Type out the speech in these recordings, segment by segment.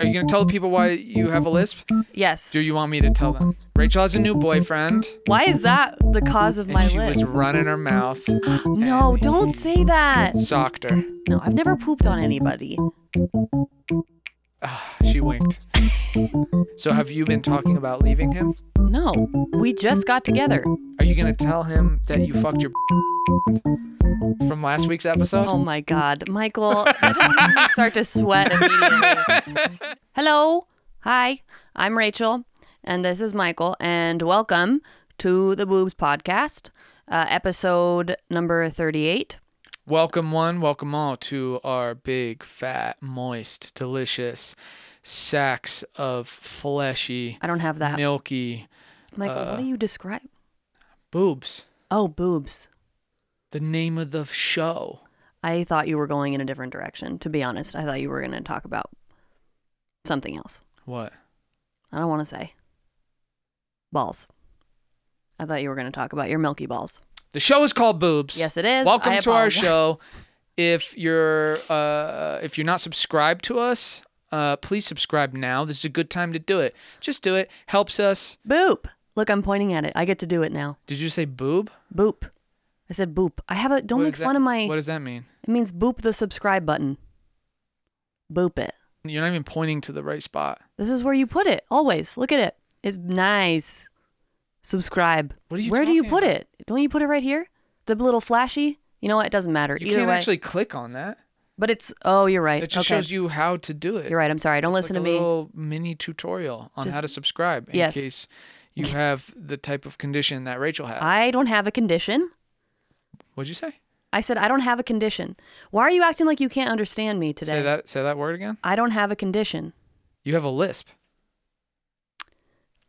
you gonna tell the people why you have a lisp? Yes. Do you want me to tell them? Rachel has a new boyfriend, Why is that the cause of and my she was lip? running her mouth, No, don't say that. socked her. No, I've never pooped on anybody. She winked. so have you been talking about leaving him? No, we just got together. Are you gonna tell him that you fucked your from last week's episode? Oh my God, Michael, I just made me start to sweat immediately. Hello, hi, I'm Rachel, and this is Michael, and welcome to the Boobs Podcast, uh, episode number thirty-eight. Welcome one, welcome all to our big, fat, moist, delicious sacks of fleshy, I don't have that, milky Michael. uh, what do you describe? boobs. Oh, boobs. The name of the show. I thought you were going in a different direction. To be honest, I thought you were going to talk about something else. What? I don't want to say balls. I thought you were going to talk about your milky balls. The show is called Boobs. Yes, it is. Welcome I to our apologize. show. If you're uh, if you're not subscribed to us, uh, please subscribe now. This is a good time to do it. Just do it. Helps us. Boop. Look, I'm pointing at it. I get to do it now. Did you say boob? Boop. I said boop. I have a. Don't What make is that- fun of my. What does that mean? it means boop the subscribe button. Boop it. You're not even pointing to the right spot. This is where you put it. Always look at it. It's nice. Subscribe. What are you Where do you talking put about? it? Don't you put it right here? The little flashy. You know what? It doesn't matter. You Either can't way. actually click on that. But it's. Oh, you're right. It just okay. shows you how to do it. You're right. I'm sorry. Don't It's listen like to a me. Little mini tutorial on how Just- to subscribe in Yes. case you have the type of condition that Rachel has. I don't have a condition. What'd you say? I said, I don't have a condition. Why are you acting like you can't understand me today? Say that. Say that word again. I don't have a condition. You have a lisp.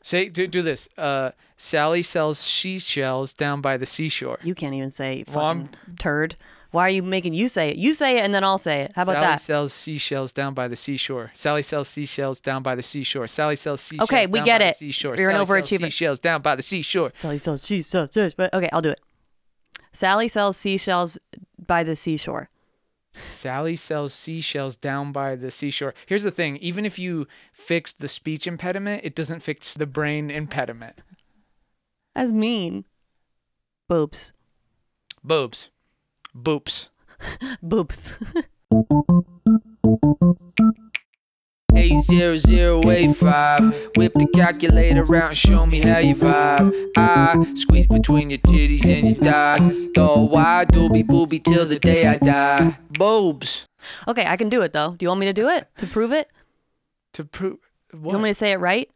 Say do do this. Uh, Sally sells seashells down by the seashore. You can't even say fucking Well, I'm- turd. Why are you making you say it? You say it and then I'll say it. How about Sally that? sells seashells down by the seashore. Sally sells seashells down by the seashore. Sally sells seashells. Okay, we down get by it. The seashore. You're an Sally sells overachiever. Seashells down by the seashore. Sally sells seashells. seashells, But okay, I'll do it. Sally sells seashells by the seashore. Sally sells seashells down by the seashore. Here's the thing: even if you fix the speech impediment, it doesn't fix the brain impediment. That's mean. Boops. Boobs, boops. Boops. A0085. Whip the calculator out and show me how you vibe. I squeeze between your titties and your thighs. Though wide doobie booby till the day I die. Boobs. okay, I can do it though. Do you want me to do it? To prove it? To prove, what? You want me to say it right?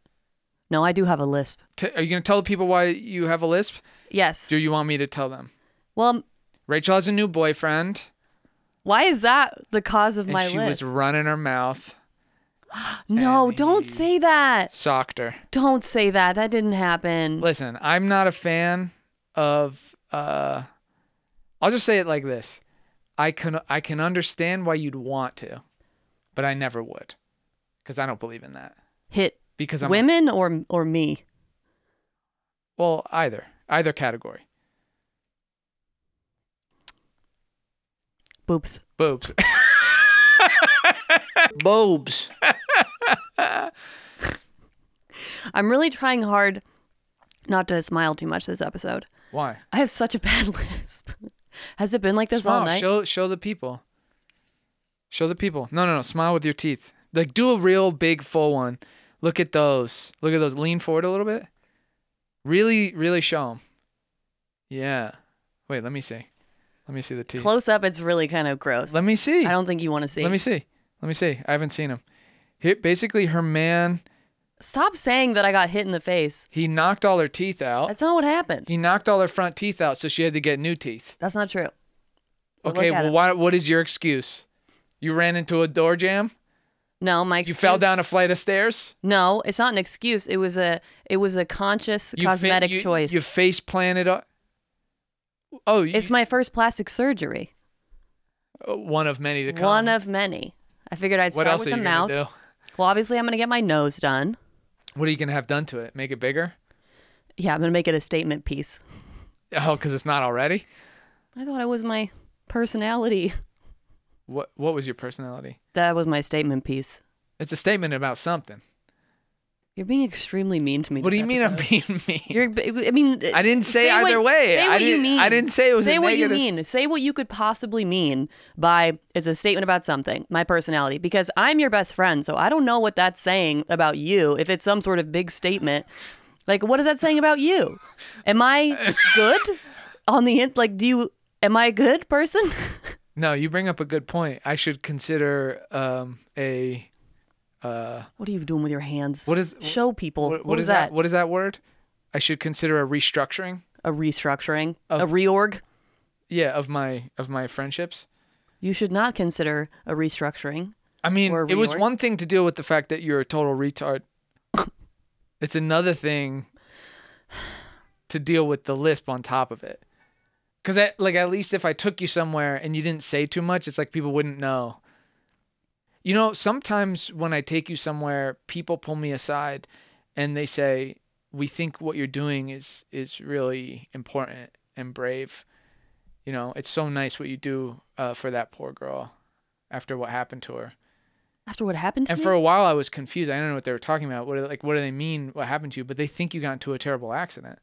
No, I do have a lisp. T- are you gonna tell the people why you have a lisp? Yes. Do you want me to tell them? well, Rachel has a new boyfriend, why is that the cause of and my she lisp? was running her mouth, No, and don't he- say that. socked her. Don't say that. That didn't happen. Listen, I'm not a fan of. uh I'll just say it like this: I can I can understand why you'd want to, but I never would, because I don't believe in that. Hit Because I'm a- women or or me. well, either either category. Boopth. Boobs. Boobs. I'm really trying hard not to smile too much this episode. Why? I have such a bad lisp. Has it been like this all smile. night? Show show the people. Show the people. No, no, no. Smile with your teeth. Like do a real big full one. Look at those. Look at those. Lean forward a little bit. Really, really show them. Yeah. Wait. Let me see. Let me see the teeth. Close up, it's really kind of gross. Let me see. I don't think you want to see. Let me see. Let me see. I haven't seen him. Here, basically, her man. Stop saying that I got hit in the face. He knocked all her teeth out. That's not what happened. he knocked all her front teeth out, so she had to get new teeth. That's not true. But look Okay. at Well, him. why, what is your excuse? You ran into a door jam. No, Mike. You fell down a flight of stairs. No, it's not an excuse. It was a it was a conscious You fa- cosmetic you- choice. You face planted. o- Oh, you, uh, it's my first plastic surgery. one of many to come. One of many. I figured I'd what start else with are the you mouth. gonna do? Well, obviously, I'm going to get my nose done. What are you gonna have done to it? Make it bigger? Yeah, I'm going to make it a statement piece. Oh, because it's not already. I thought it was my personality. What What was your personality? That was my statement piece. It's a statement about something. You're being extremely mean to me. What do this you mean I'm episode. being mean? You're. b- I mean. I didn't say either what, way. Say I what you didn't- mean. I didn't say it was a Say what negative- you mean. Say what you could possibly mean by it's a statement about something. My personality, because I'm your best friend, so I don't know what that's saying about you. If it's some sort of big statement, like what is that saying about you? Am I good on the in- like? Do you? Am I a good person? No, you bring up a good point. I should consider um, a uh, what are you doing with your hands? What is- show what, people? what what is that? What is that word? I should consider a restructuring. A restructuring? Of- a reorg? Yeah, of my of my friendships. You should not consider a restructuring. I mean, Or it was reorg. one thing to deal with the fact that you're a total retard. it's another thing to deal with the lisp on top of it. Cause I, like at least if I took you somewhere and you didn't say too much, it's like people wouldn't know. You know, sometimes when I take you somewhere, people pull me aside and they say, "We think what you're doing is is really important and brave." You know, it's so nice what you do uh, for that poor girl after what happened to her. After what happened to And me? for a while, I was confused. I don't know what they were talking about. What are, like, what do they mean? What happened to you? But they think you got into a terrible accident.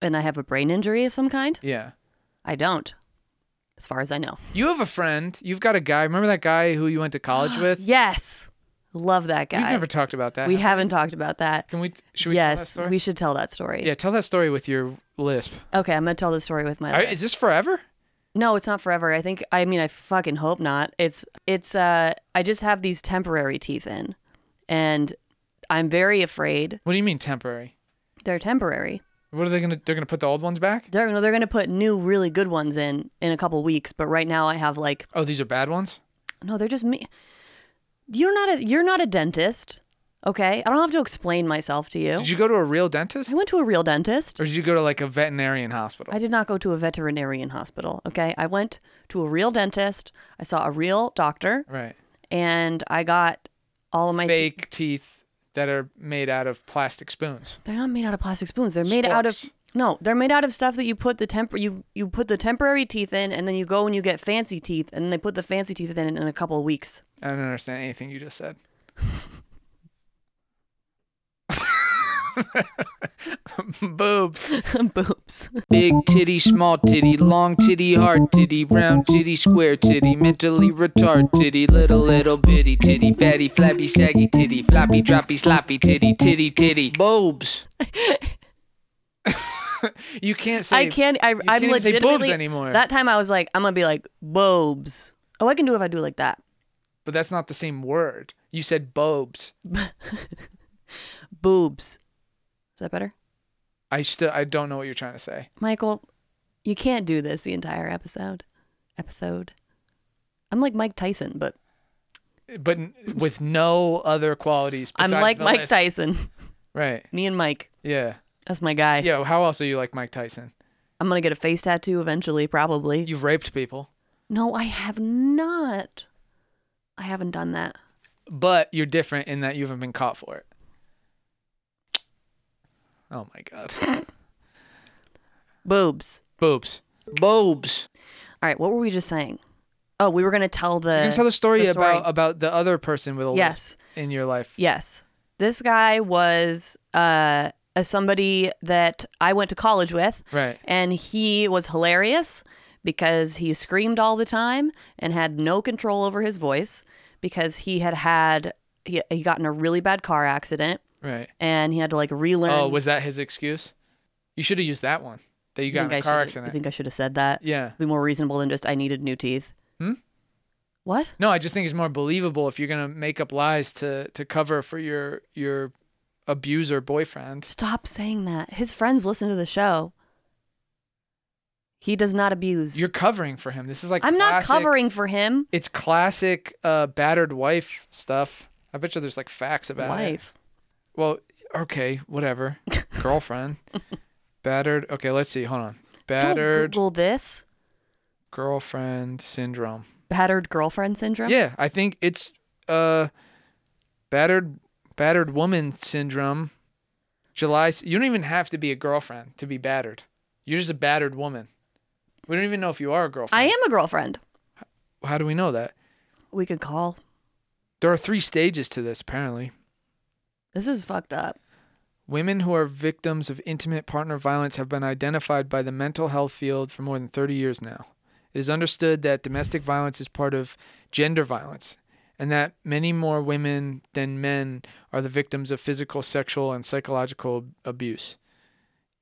and I have a brain injury of some kind? Yeah. I don't, as far as I know. You have a friend. You've got a guy. Remember that guy who you went to college with? Yes. Love that guy. We've never talked about that. We have haven't talked about that. we? Can we? Should we tell yes, that story? we should tell that story. yeah, tell that story with your lisp. Okay, I'm going to tell the story with my Are- lips. is this forever? No, it's not forever. I think I mean I fucking hope not. It's it's uh I just have these temporary teeth in and I'm very afraid What do you mean temporary? they're temporary. What are they gonna? They're gonna put the old ones back? They're no, they're gonna put new, really good ones in in a couple weeks. But right now, I have like Oh, these are bad ones. no, they're just me. You're not a you're not a dentist, okay? I don't have to explain myself to you. Did you go to a real dentist, I went to a real dentist. or did you go to like a veterinarian hospital? I did not go to a veterinarian hospital, okay? I went to a real dentist. I saw a real doctor, right. and I got all of my teeth. Fake teeth that are made out of plastic spoons. They're not made out of plastic spoons. They're made out of Sporks. no. They're made out of stuff that you put the temp you you put the temporary teeth in, and then you go and you get fancy teeth, and they put the fancy teeth in in a couple of weeks. I don't understand anything you just said. Boobs. Boobs. Big titty, small titty, long titty, hard titty, round titty, square titty, mentally retard titty, little little bitty titty, fatty, flabby, saggy titty, floppy, droppy, sloppy titty, titty, titty, boobs. You can't say. I can't. I you I'm can't even say boobs legitimately anymore. That time I was like, I'm gonna be like boobs. Oh, I can do it if I do it like that. But that's not the same word. You said boobs. Boobs. Is that better, I still. I don't know what you're trying to say. Michael? You can't do this the entire episode. Episode. I'm like Mike Tyson, but But n- with no other qualities. I'm Besides like the Mike lisp. Tyson. Right. Me and Mike. Yeah. That's my guy. Yeah. How else are you like Mike Tyson? I'm gonna get a face tattoo eventually, probably. You've raped people, no, I have not. I haven't done that. but you're different in that you haven't been caught for it. Oh my God. Boobs. Boobs. Boobs. All right, what were we just saying? Oh, we were gonna tell the. You can tell the story, the about about the other person with a lisp Yes. in your life. Yes, this guy was uh, a somebody that I went to college with, Right. and he was hilarious because he screamed all the time and had no control over his voice because he had had he, he got in a really bad car accident Right. and he had to like relearn. Oh, was that his excuse? You should have used that one. That you got in a think I car should- accident. You think I should have said that? yeah. Be more reasonable than just I needed new teeth. Hmm? What? No, I just think it's more believable if you're gonna make up lies to to cover for your your abuser boyfriend. Stop saying that. His friends listen to the show. He does not abuse. You're covering for him. This is like I'm not classic- covering for him. It's classic uh, battered wife stuff. I bet you there's like facts about it. Wife. Well, okay, whatever. Girlfriend, battered. Okay, let's see. Hold on. Battered Don't Google this. girlfriend syndrome. Battered girlfriend syndrome. Yeah, I think it's uh battered battered woman syndrome. July s- you don't even have to be a girlfriend to be battered. You're just a battered woman. We don't even know if you are a girlfriend. I am a girlfriend. How do we know that? We could call. There are three stages to this, apparently. This is fucked up. Women who are victims of intimate partner violence have been identified by the mental health field for more than 30 years now. It is understood that domestic violence is part of gender violence and that many more women than men are the victims of physical, sexual, and psychological abuse.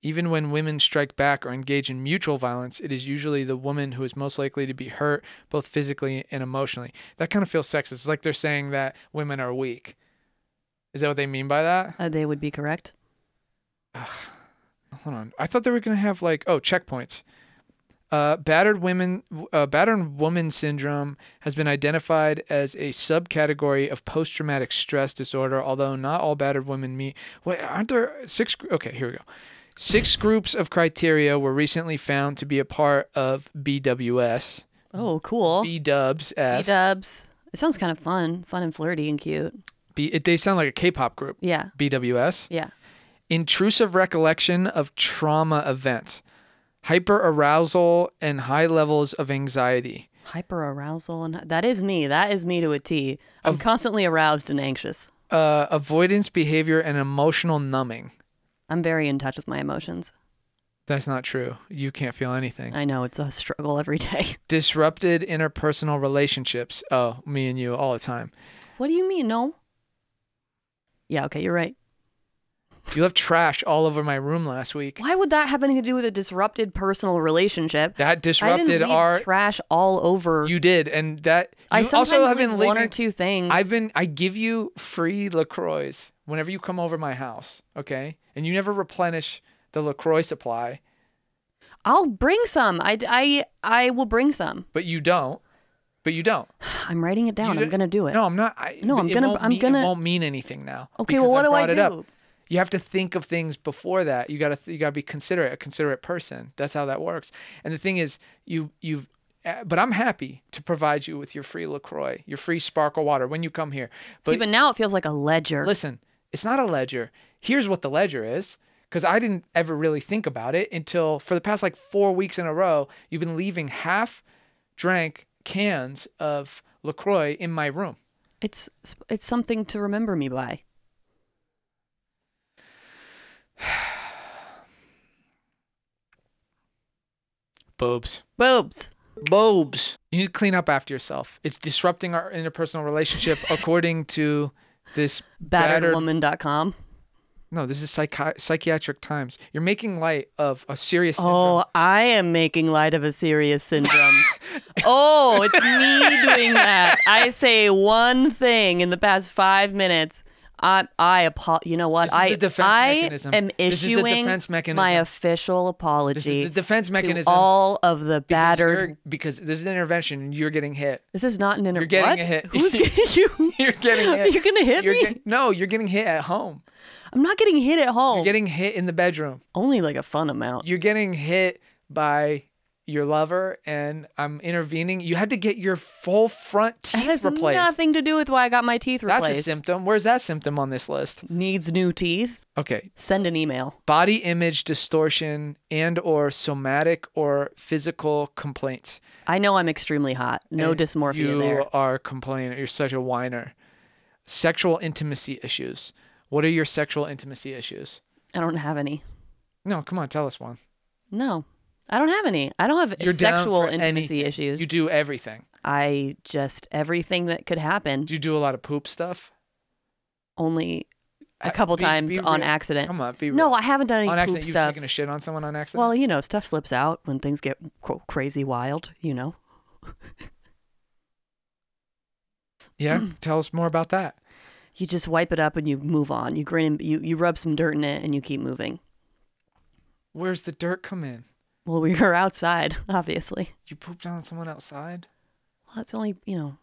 Even when women strike back or engage in mutual violence, it is usually the woman who is most likely to be hurt, both physically and emotionally. That kind of feels sexist. It's like they're saying that women are weak. Is that what they mean by that? Uh, they would be correct. hold on. I thought they were gonna have like oh checkpoints. Uh, battered women, uh, battered woman syndrome has been identified as a subcategory of post-traumatic stress disorder. Although not all battered women meet. Wait, aren't there six? gr- Okay, here we go. Six groups of criteria were recently found to be a part of BWS, Oh, cool. B B Dubs S. dubs. It sounds kind of fun, fun and flirty and cute. B- it- they sound like a K-pop group. Yeah, BWS. yeah. intrusive recollection of trauma events, hyperarousal, and high levels of anxiety. Hyper arousal and that is me. That is me to a T. I'm constantly aroused and anxious. Uh, avoidance behavior and emotional numbing. I'm very in touch with my emotions. That's not true. You can't feel anything. I know it's a struggle every day. Disrupted interpersonal relationships. Oh, me and you all the time. What do you mean? No. Yeah. Okay. You're right. You left trash all over my room last week. Why would that have anything to do with a disrupted personal relationship? That I didn't disrupted leave our. trash all over. you did, and that. I you sometimes also have leave been one or leaving- two things. I've been I give you free LaCroix whenever you come over my house, okay? And you never replenish the LaCroix supply, I'll bring some. I, I, I will bring some. but you don't. But you don't. I'm writing it down. You I'm gonna do it. No, I'm not I No, I'm it gonna- won't I'm mean, gonna- it won't mean anything now. Okay, well, because what do I brought it up. do? You have to think of things before that. You gotta th- you gotta be considerate, a considerate person. That's how that works. And the thing is, you you've uh, but I'm happy to provide you with your free LaCroix, your free sparkle water when you come here. But See, but now it feels like a ledger. listen, it's not a ledger. Here's what the ledger is. Because I didn't ever really think about it until for the past like four weeks in a row, you've been leaving half drank cans of LaCroix in my room. It's it's something to remember me by. Boobs. Boobs. Boobs. You need to clean up after yourself. It's disrupting our interpersonal relationship, according to this battered. Batteredwoman.com. No, this is psychi- psychiatric times. You're making light of a serious syndrome. Oh, I am making light of a serious syndrome. oh, it's me doing that. I say one thing in the past five minutes. I I apo- You know what? This is I the defense I mechanism. am This is the issuing defense mechanism. my official apology. This is the defense to mechanism. all of the because battered. you're- Because this is an intervention and you're getting hit. This is not an interview. You're getting a hit. Who's getting you? You're getting hit. You're gonna hit You're me? get- no, you're getting hit at home. I'm not getting hit at home. You're getting hit in the bedroom. Only like a fun amount. You're getting hit by your lover, and I'm intervening. You had to get your full front It has teeth replaced. nothing to do with why I got my teeth That's replaced. a symptom. Where's that symptom on this list? Needs new teeth. Okay, Send an email. body image distortion and or somatic or physical complaints. I know I'm extremely hot. No And dysmorphia you there. are complaining. You're such a whiner. Sexual intimacy issues. What are your sexual intimacy issues? I don't have any. No, come on, tell us one. No, I don't have any. I don't have You're down sexual for intimacy anything. issues. You do everything. I just everything that could happen. Do you do a lot of poop stuff? Only a I- couple be- times be on real. accident. Come on, be real. no, I haven't done any on poop accident. You've stuff. taken a shit on someone on accident. well, you know, stuff slips out when things get quote, crazy wild. You know. yeah. mm. Tell us more about that. you just wipe it up and you move on. You grin and you, you rub some dirt in it and you keep moving. Where's the dirt come in? Well, we were outside, obviously. You pooped on someone outside? Well, that's only, you know,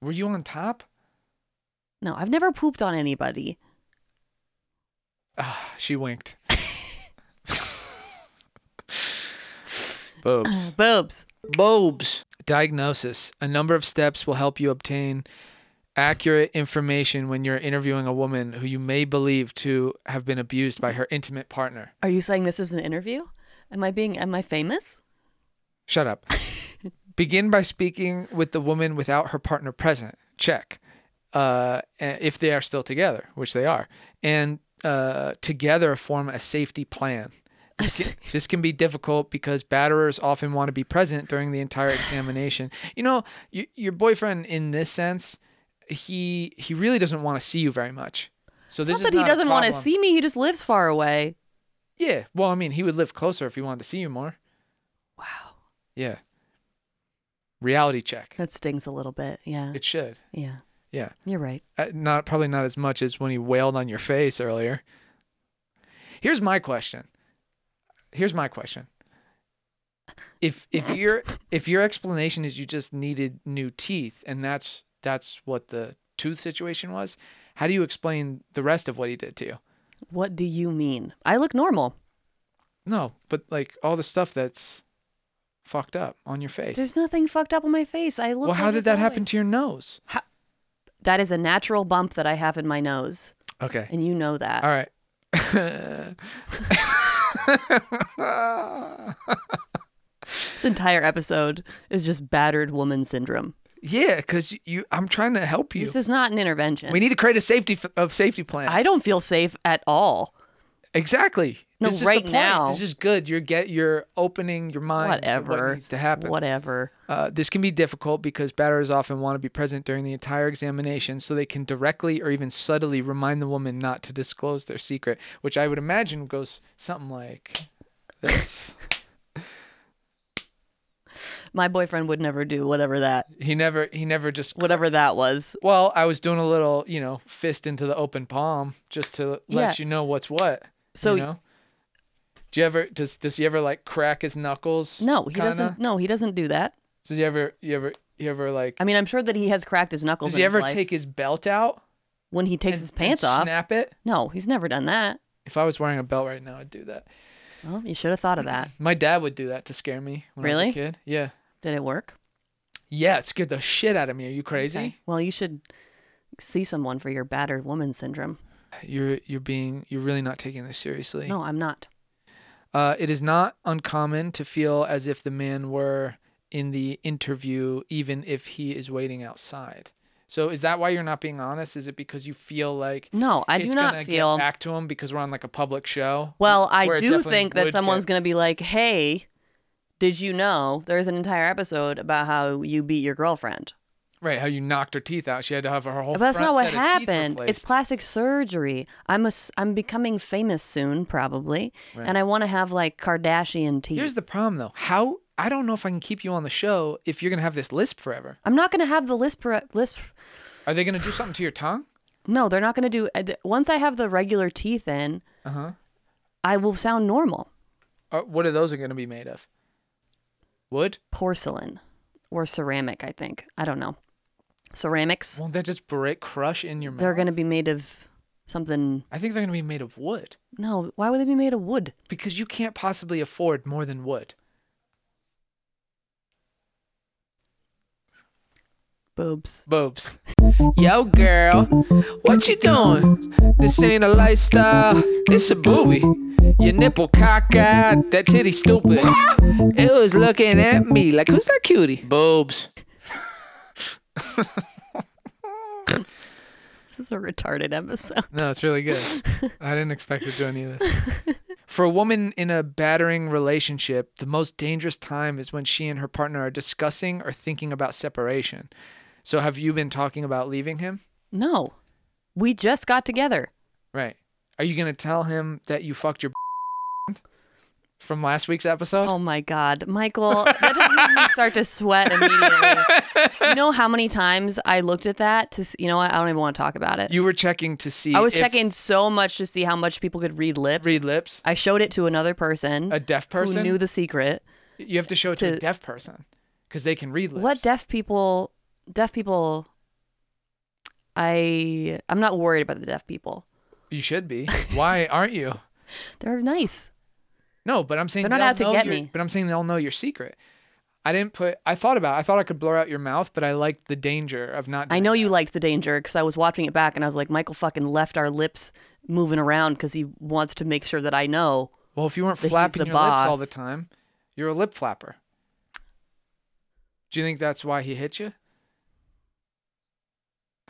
Were you on top? no, I've never pooped on anybody. Ah, she winked. Uh, Boobs. Boobs. Boobs. Diagnosis. A number of steps will help you obtain accurate information when you're interviewing a woman who you may believe to have been abused by her intimate partner. Are you saying this is an interview? Am I being, am I famous? Shut up. Begin by speaking with the woman without her partner present. Check. uh, a- if they are still together, which they are, and uh, together form a safety plan. This can, this can be difficult because batterers often want to be present during the entire examination. You know, y- your boyfriend in this sense, he he really doesn't want to see you very much. So It's this not is that he a doesn't want to problem. see me. He just lives far away. Yeah. Well, I mean, he would live closer if he wanted to see you more. Wow, Yeah. Reality check. that stings a little bit. Yeah, It should. yeah, Yeah. you're right. Uh, not probably not as much as when he wailed on your face earlier. Here's my question. Here's my question. If if your if your explanation is you just needed new teeth and that's that's what the tooth situation was, how do you explain the rest of what he did to you? What do you mean? I look normal. No, but like all the stuff that's fucked up on your face. There's nothing fucked up on my face. I look. Well, how did that happen to your nose? That is a natural bump that I have in my nose, Okay. and you know that. All right. This entire episode is just battered woman syndrome. yeah, because you, I'm trying to help you. This is not an intervention. we need to create a safety f- of safety plan. I don't feel safe at all. exactly. No, this right is the point. now. This is good. You're get you're opening your mind to Whatever. what needs to happen. Whatever. Uh, this can be difficult because batterers often want to be present during the entire examination so they can directly or even subtly remind the woman not to disclose their secret, which I would imagine goes something like this. My boyfriend would never do whatever that he never he never just whatever that was. Well, I was doing a little, you know, fist into the open palm just to let Yeah. you know what's what. So- you know? do you ever does does he ever like crack his knuckles? No, he kinda? doesn't. No, he doesn't do that. Does he ever you ever you ever like I mean, I'm sure that he has cracked his knuckles. does in he his ever life. take his belt out? when he takes and- his pants and off? Snap it. No, he's never done that. If I was wearing a belt right now, I'd do that. Well, you should have thought of that. My dad would do that to scare me when I Really? was a kid. Yeah. Did it work? Yeah, it scared the shit out of me. Are you crazy? Okay. Well, you should see someone for your battered woman syndrome. You're you're being you're really not taking this seriously. No, I'm not. Uh, it is not uncommon to feel as if the man were in the interview, even if he is waiting outside. So, is that why you're not being honest? Is it because you feel like No, Mm, I do it's not gonna feel. get back to him because we're on like a public show? Well, where I it do definitely think that would someone's get- going to be like, "Hey, did you know there's an entire episode about how you beat your girlfriend?" right how you knocked her teeth out. She had to have her whole. but that's front not what set of teeth happened. It's replaced. plastic surgery. I'm a, s- I'm becoming famous soon, probably, and I want to have like Kardashian teeth. Here's the problem, though. How I don't know if I can keep you on the show if you're gonna have this lisp forever. I'm not going to have the lisp. re- lisp. Are they gonna do something to your tongue? No, they're not going to do. uh, th- Once I have the regular teeth in, Uh-huh. I will sound normal. Or what are those gonna be made of? Wood? Porcelain or ceramic, I think. I don't know. Ceramics. Won't that just break, crush in your mouth? They're going to be made of something. I think they're going to be made of wood No, why would they be made of wood? because you can't possibly afford more than wood. Boobs. Boobs. Yo, girl, what you doing? This ain't a lifestyle, it's a booby. Your nipple cockeyed, that titty stupid. It was looking at me like, who's that cutie? Boobs. This is a retarded episode. No, it's really good. I didn't expect to do any of this. For a woman in a battering relationship, the most dangerous time is when she and her partner are discussing or thinking about separation. So, have you been talking about leaving him? No, we just got together. Right. Are you going to tell him that you fucked your from last week's episode? Oh my God, Michael, that just made me start to sweat immediately. You know how many times I looked at that to, see, you know what? I don't even want to talk about it. You were checking to see I was if checking so much to see how much people could read lips. read lips. I showed it to another person, A deaf person who knew the secret. You have to show it to, a to- deaf person because they can read lips. What deaf people? Deaf people. I I'm not worried about the deaf people. you should be. Why aren't you? They're nice. No, but I'm saying They're not they'll out to know get your- me. But I'm saying they'll know your secret. I didn't put. I thought about. it. I thought I could blur out your mouth, but I liked the danger of not. I doing know that. you liked the danger because I was watching it back and I was like, Michael fucking left our lips moving around because he wants to make sure that I know. Well, if you weren't that he's flapping the your lips all the boss. time, you're a lip flapper. Do you think that's why he hit you?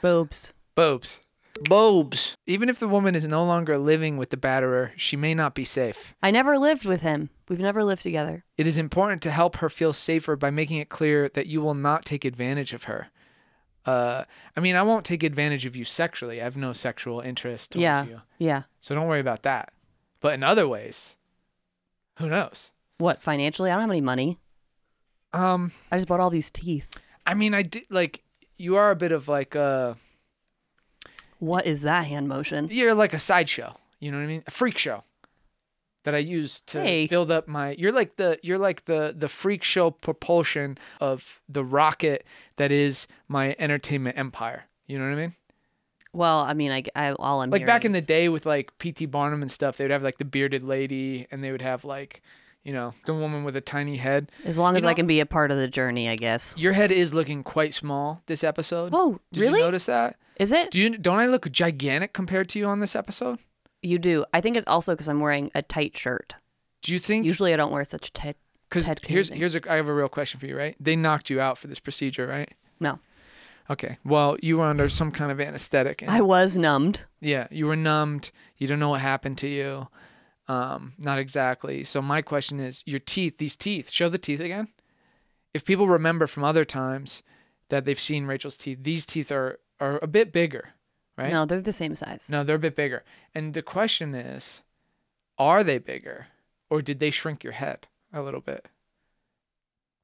Boobs. Boobs. Boobs. Even if the woman is no longer living with the batterer, she may not be safe. I never lived with him. We've never lived together. It is important to help her feel safer by making it clear that you will not take advantage of her. Uh, I mean, I won't take advantage of you sexually. I have no sexual interest towards yeah. you. Yeah. So don't worry about that. But in other ways, who knows? What, financially? I don't have any money. Um, I just bought all these teeth. I mean, I did like you are a bit of like a What is that hand motion? you're like a sideshow. You know what I mean? A freak show that I use to Hey. build up my. You're like the you're like the the freak show propulsion of the rocket that is my entertainment empire. You know what I mean? Well, I mean, I, I all I'm like back in the hearing is- day with like P.T. Barnum and stuff, they would have like the bearded lady, and they would have like, you know, the woman with a tiny head. As long you as I know- can be a part of the journey, I guess. Your head is looking quite small this episode. Whoa, Did really? you notice that? Is it? Do you don't I look gigantic compared to you on this episode? you do. I think it's also because I'm wearing a tight shirt. Do you think Usually, I don't wear such tight. Because Ted here's Kennedy. here's a I have a real question for you, right? They knocked you out for this procedure, right? No, Okay. Well, you were under some kind of anesthetic. And, I was numbed. yeah, you were numbed. You don't know what happened to you. Um, not exactly. So my question is, your teeth, these teeth, show the teeth again. If people remember from other times that they've seen Rachel's teeth, these teeth are are a bit bigger, right? No, they're the same size. No, they're a bit bigger. And the question is, are they bigger, or did they shrink your head a little bit?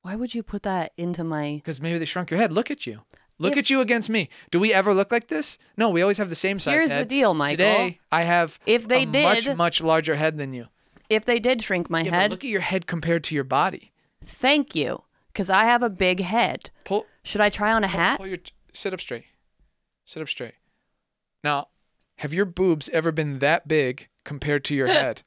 Why would you put that into my? Because maybe they shrunk your head. Look at you. Look Yeah. at you against me. Do we ever look like this? No, we always have the same size. Here's the head. deal, Michael. Today I have If they a much did- much larger head than you. If they did shrink my Yeah, but head, look at your head compared to your body. thank you, because I have a big head. Pull, Should I try on a pull, hat? pull your sit up straight. Sit up straight. Now, have your boobs ever been that big compared to your head?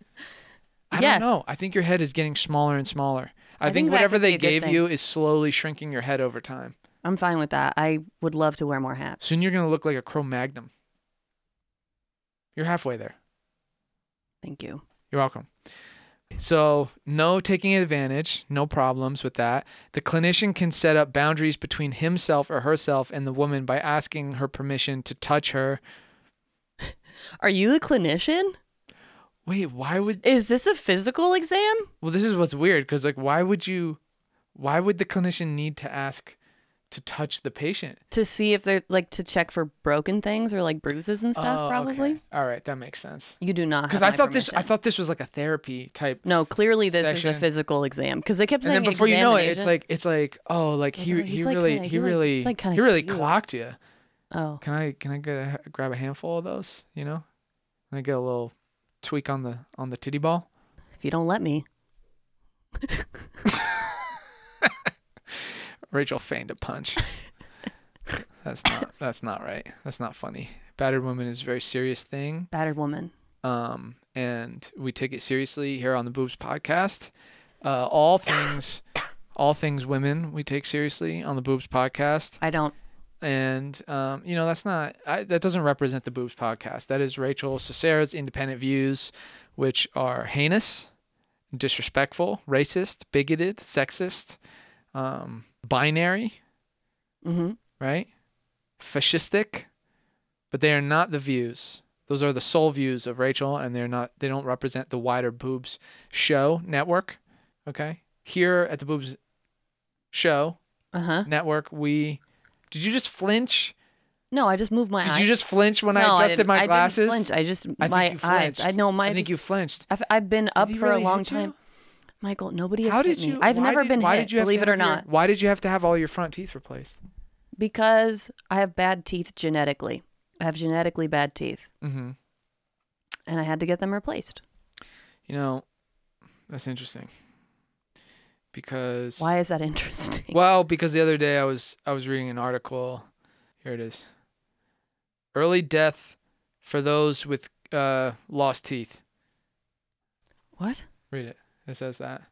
I Yes. don't know. I think your head is getting smaller and smaller. I, I think, think that whatever could be they a good gave thing. you is slowly shrinking your head over time. I'm fine with that. I would love to wear more hats. Soon you're gonna look like a Cro-Magnon. You're halfway there. Thank you. You're welcome. So, no taking advantage, no problems with that. The clinician can set up boundaries between himself or herself and the woman by asking her permission to touch her. Are you the clinician? Wait, why would Is this a physical exam? Well, this is what's weird cuz like why would you why would the clinician need to ask to touch the patient? to see if they're like to check for broken things or like bruises and stuff. Oh, okay. probably All right, that makes sense. you do not. Cuz Because I thought this I thought this was like a therapy type no. Clearly, this is a Section. physical exam because they kept and saying. then before you know it, it's examination. like it's like oh, like It's he like, oh, he he's like really kinda- he he like- really he's like kinda he really cute. clocked you. oh, Can I can I get a, grab a handful of those? You know, Can I get a little tweak on the on the titty ball. if you don't let me, Rachel feigned a punch. that's not that's not right. That's not funny. Battered woman is a very serious thing, battered woman. um, and we take it seriously here on the Boobs Podcast. Uh, all things, all things women, we take seriously on the Boobs Podcast, I don't. and um, you know that's not I, that doesn't represent the Boobs Podcast. That is Rachel Cesara's independent views, which are heinous. disrespectful, racist, bigoted, sexist, um, binary, hmm right? Fascistic, but they are not the views. Those are the sole views of Rachel, and they're not. They don't represent the wider Boobs Show network. Okay, here at the Boobs Show Uh huh. network, we. Did you just flinch? No, I just moved my. Did eye. you just flinch when No, I I adjusted didn't- my I didn't glasses? flinch. I just I think my you eyes. I flinched. know my. I think just- you flinched. I've, I've been up he for really a long hit you? time. Michael, nobody has How hit did you? me. I've why never did- been why hit. Did you have believe to it or have your- not, why did you have to have all your front teeth replaced? because I have bad teeth genetically. I have genetically bad teeth, Mm-hmm. and I had to get them replaced. You know, that's interesting. Because Why is that interesting? well, because the other day I was I was reading an article. Here it is. Early death for those with uh, lost teeth. What? Read it. It says that.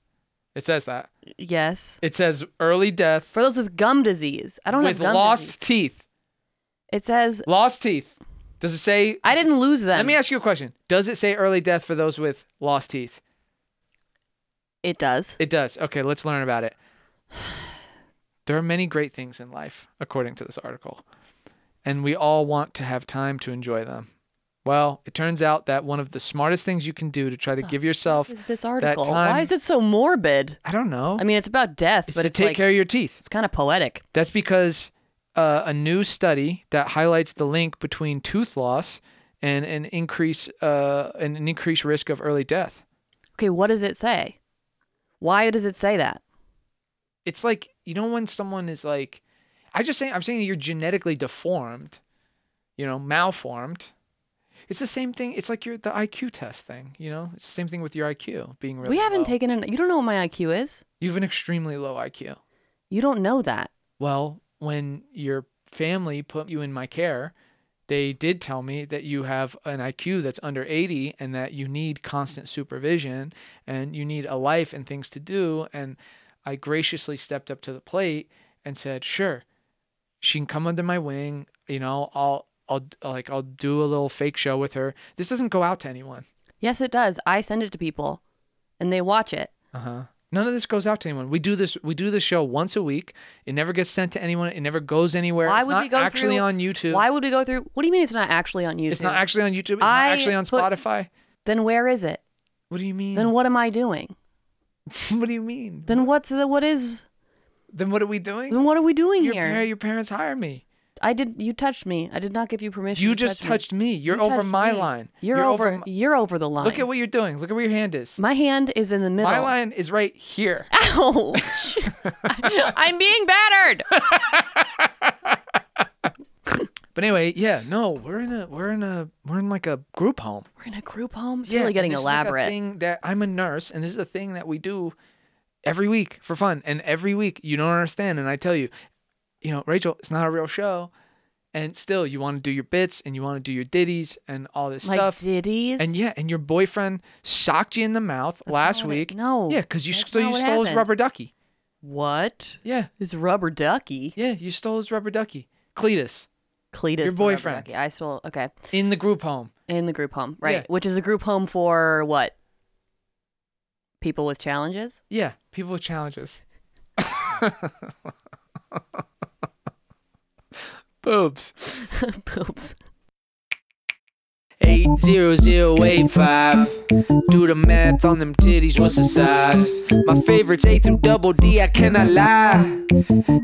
It says that. Yes. It says early death For those with gum disease, I don't with have gum lost disease. teeth. It says Lost teeth. Does it say? I didn't lose them. Let me ask you a question. Does it say early death for those with lost teeth? it does. It does. Okay, let's learn about it. There are many great things in life, according to this article. and we all want to have time to enjoy them. Well, it turns out that one of the smartest things you can do to try to give yourself Oh, Is this article? time- Why is it so morbid? I don't know, I mean, it's about death, is but to it's take like care of your teeth. it's kind of poetic. That's because uh, a new study that highlights the link between tooth loss and an increase uh, and an increased risk of early death. Okay, what does it say? Why does it say that? It's like you know when someone is like, I just saying I'm saying you're genetically deformed, you know, malformed. It's the same thing. It's like your the IQ test thing. You know, it's the same thing with your IQ being really. we haven't low. taken an. You don't know what my IQ is. You have an extremely low IQ. You don't know that. Well, when your family put you in my care, they did tell me that you have an IQ that's under 80 and that you need constant supervision and you need a life and things to do. And I graciously stepped up to the plate and said, sure, she can come under my wing. You know, I'll, I'll like, I'll do a little fake show with her. This doesn't go out to anyone. Yes, it does. I send it to people, and they watch it. Uh-huh. None of this goes out to anyone. We do this. We do this show once a week. It never gets sent to anyone. It never goes anywhere. why it's would not we go actually through, on YouTube. Why would we go through? What do you mean it's not actually on YouTube? It's not actually on YouTube. It's not I actually on put- Spotify. Then where is it? What do you mean? Then what am I doing? what do you mean? Then what's the what is? Then what are we doing? Then what are we doing your, here? par- your parents hire me. I did. You touched me. I did not give you permission. You to just touch touched me. You're You over touched my me. line. You're, over. my- you're over the line. Look at what you're doing. Look at where your hand is. my hand is in the middle. My line is right here. Ow! I'm being battered. But anyway, yeah, no, we're in a we're in a we're in like a group home. We're in a group home. It's yeah, really and getting this is, like, a elaborate. thing that I'm a nurse, and this is a thing that we do every week for fun. And every week, you don't understand. And I tell you, you know, Rachel, it's not a real show, and still, you want to do your bits and you want to do your ditties and all this like stuff. ditties. and yeah, and your boyfriend socked you in the mouth last not what it- week. no, Yeah, because you, that's stole not you what stole his happened. rubber ducky. what? Yeah, This rubber ducky. yeah, you stole his rubber ducky. Cletus Cletus. the rubber boyfriend. ducky. I stole. Okay. in the group home. In the group home, right? Yeah. Which is a group home for what? People with challenges. Yeah, people with challenges. Boobs. Oops. 80085. Do the math on them titties, what's the size? My favorite's A through double D, I cannot lie.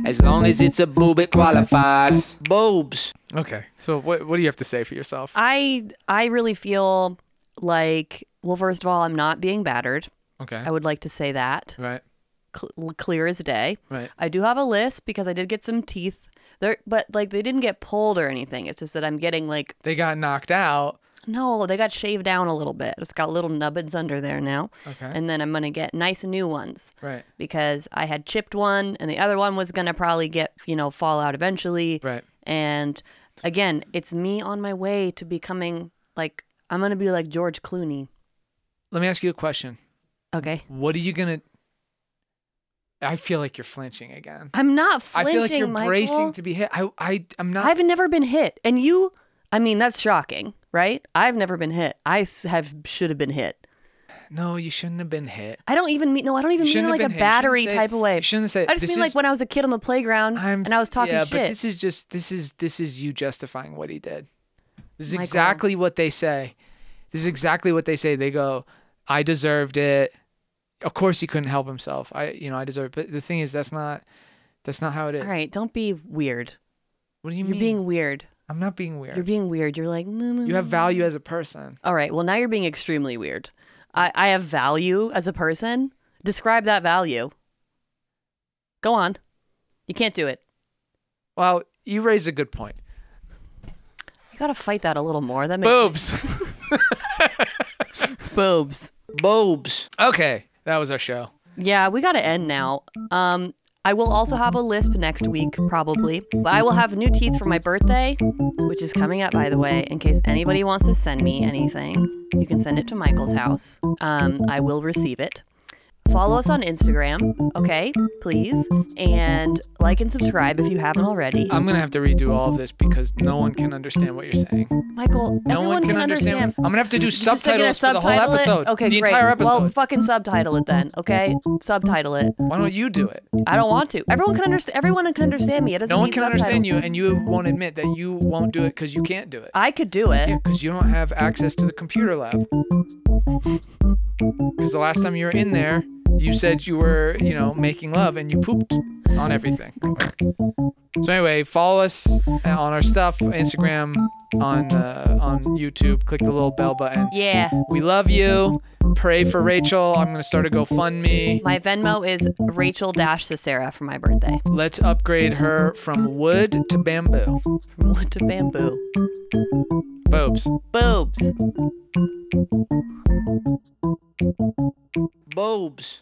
As long as it's a boob, it qualifies. Boobs. Okay. So what what do you have to say for yourself? I I really feel like well, first of all, I'm not being battered. Okay. I would like to say that Right. cl- clear as day. Right. I do have a list because I did get some teeth there, but like they didn't get pulled or anything. It's just that I'm getting like They got knocked out. no, they got shaved down a little bit. It's got little nubbins under there now, Okay. and then I'm gonna get nice new ones right. because I had chipped one, and the other one was gonna probably get you know fall out eventually. Right. And again, it's me on my way to becoming like I'm gonna be like George Clooney. Let me ask you a question. Okay. What are you gonna? I feel like you're flinching again. I'm not I flinching. feel like you're Michael. bracing to be hit. I I I'm not. I've never been hit, and you. I mean, that's shocking, right? I've never been hit. I s- have should have been hit. no, you shouldn't have been hit. I don't even mean no. I don't even You mean shouldn't like a have been hit. You shouldn't battery say- type of way. you shouldn't say, I just "This mean is- like when I was a kid on the playground I'm and I was talking yeah, shit. but this is just this is this is you justifying what he did. This is Michael. exactly what they say. This is exactly what they say. They go, "I deserved it." Of course, he couldn't help himself. I, you know, I deserve. But the thing is, that's not that's not how it is. All right, don't be weird. What do you You are mean? being weird. I'm not being weird. You're being weird. You're like "Mm, mm, you have mm." value as a person. All right. Well, now you're being extremely weird. I I have value as a person. Describe that value. Go on. You can't do it. Well, you raise a good point. You gotta fight that a little more. That makes Boobs. boobs. Boobs. okay, that was our show. Yeah, we got to end now. Um, I will also have a lisp next week, probably. But I will have new teeth for my birthday, which is coming up, by the way. In case anybody wants to send me anything, you can send it to Michael's house. Um, I will receive it. Follow us on Instagram, okay? Please. And like and subscribe if you haven't already. I'm gonna have to redo all of this because no one can understand what you're saying. Michael, No everyone one can, understand. I'm gonna have to do Just so you're gonna subtitles for the whole subtitle it? episode. Okay, the great. entire episode. Well, fucking subtitle it then, okay? Subtitle it. Why don't you do it? I don't want to. Everyone can understand. Everyone can understand me. It doesn't. No one need can subtitles. understand you, and you won't admit that you won't do it because you can't do it. I could do it. Because you don't have access to the computer lab. Because the last time you were in there, you said you were, you know, making love and you pooped on everything. So anyway, follow us uh, on our stuff, Instagram, on uh, on YouTube. Click the little bell button. Yeah. We love you. Pray for Rachel. I'm gonna start a GoFundMe. My Venmo is Rachel Dash Cicera for my birthday. Let's upgrade her from wood to bamboo. From wood to bamboo. Boobs. Boobs. Boobs.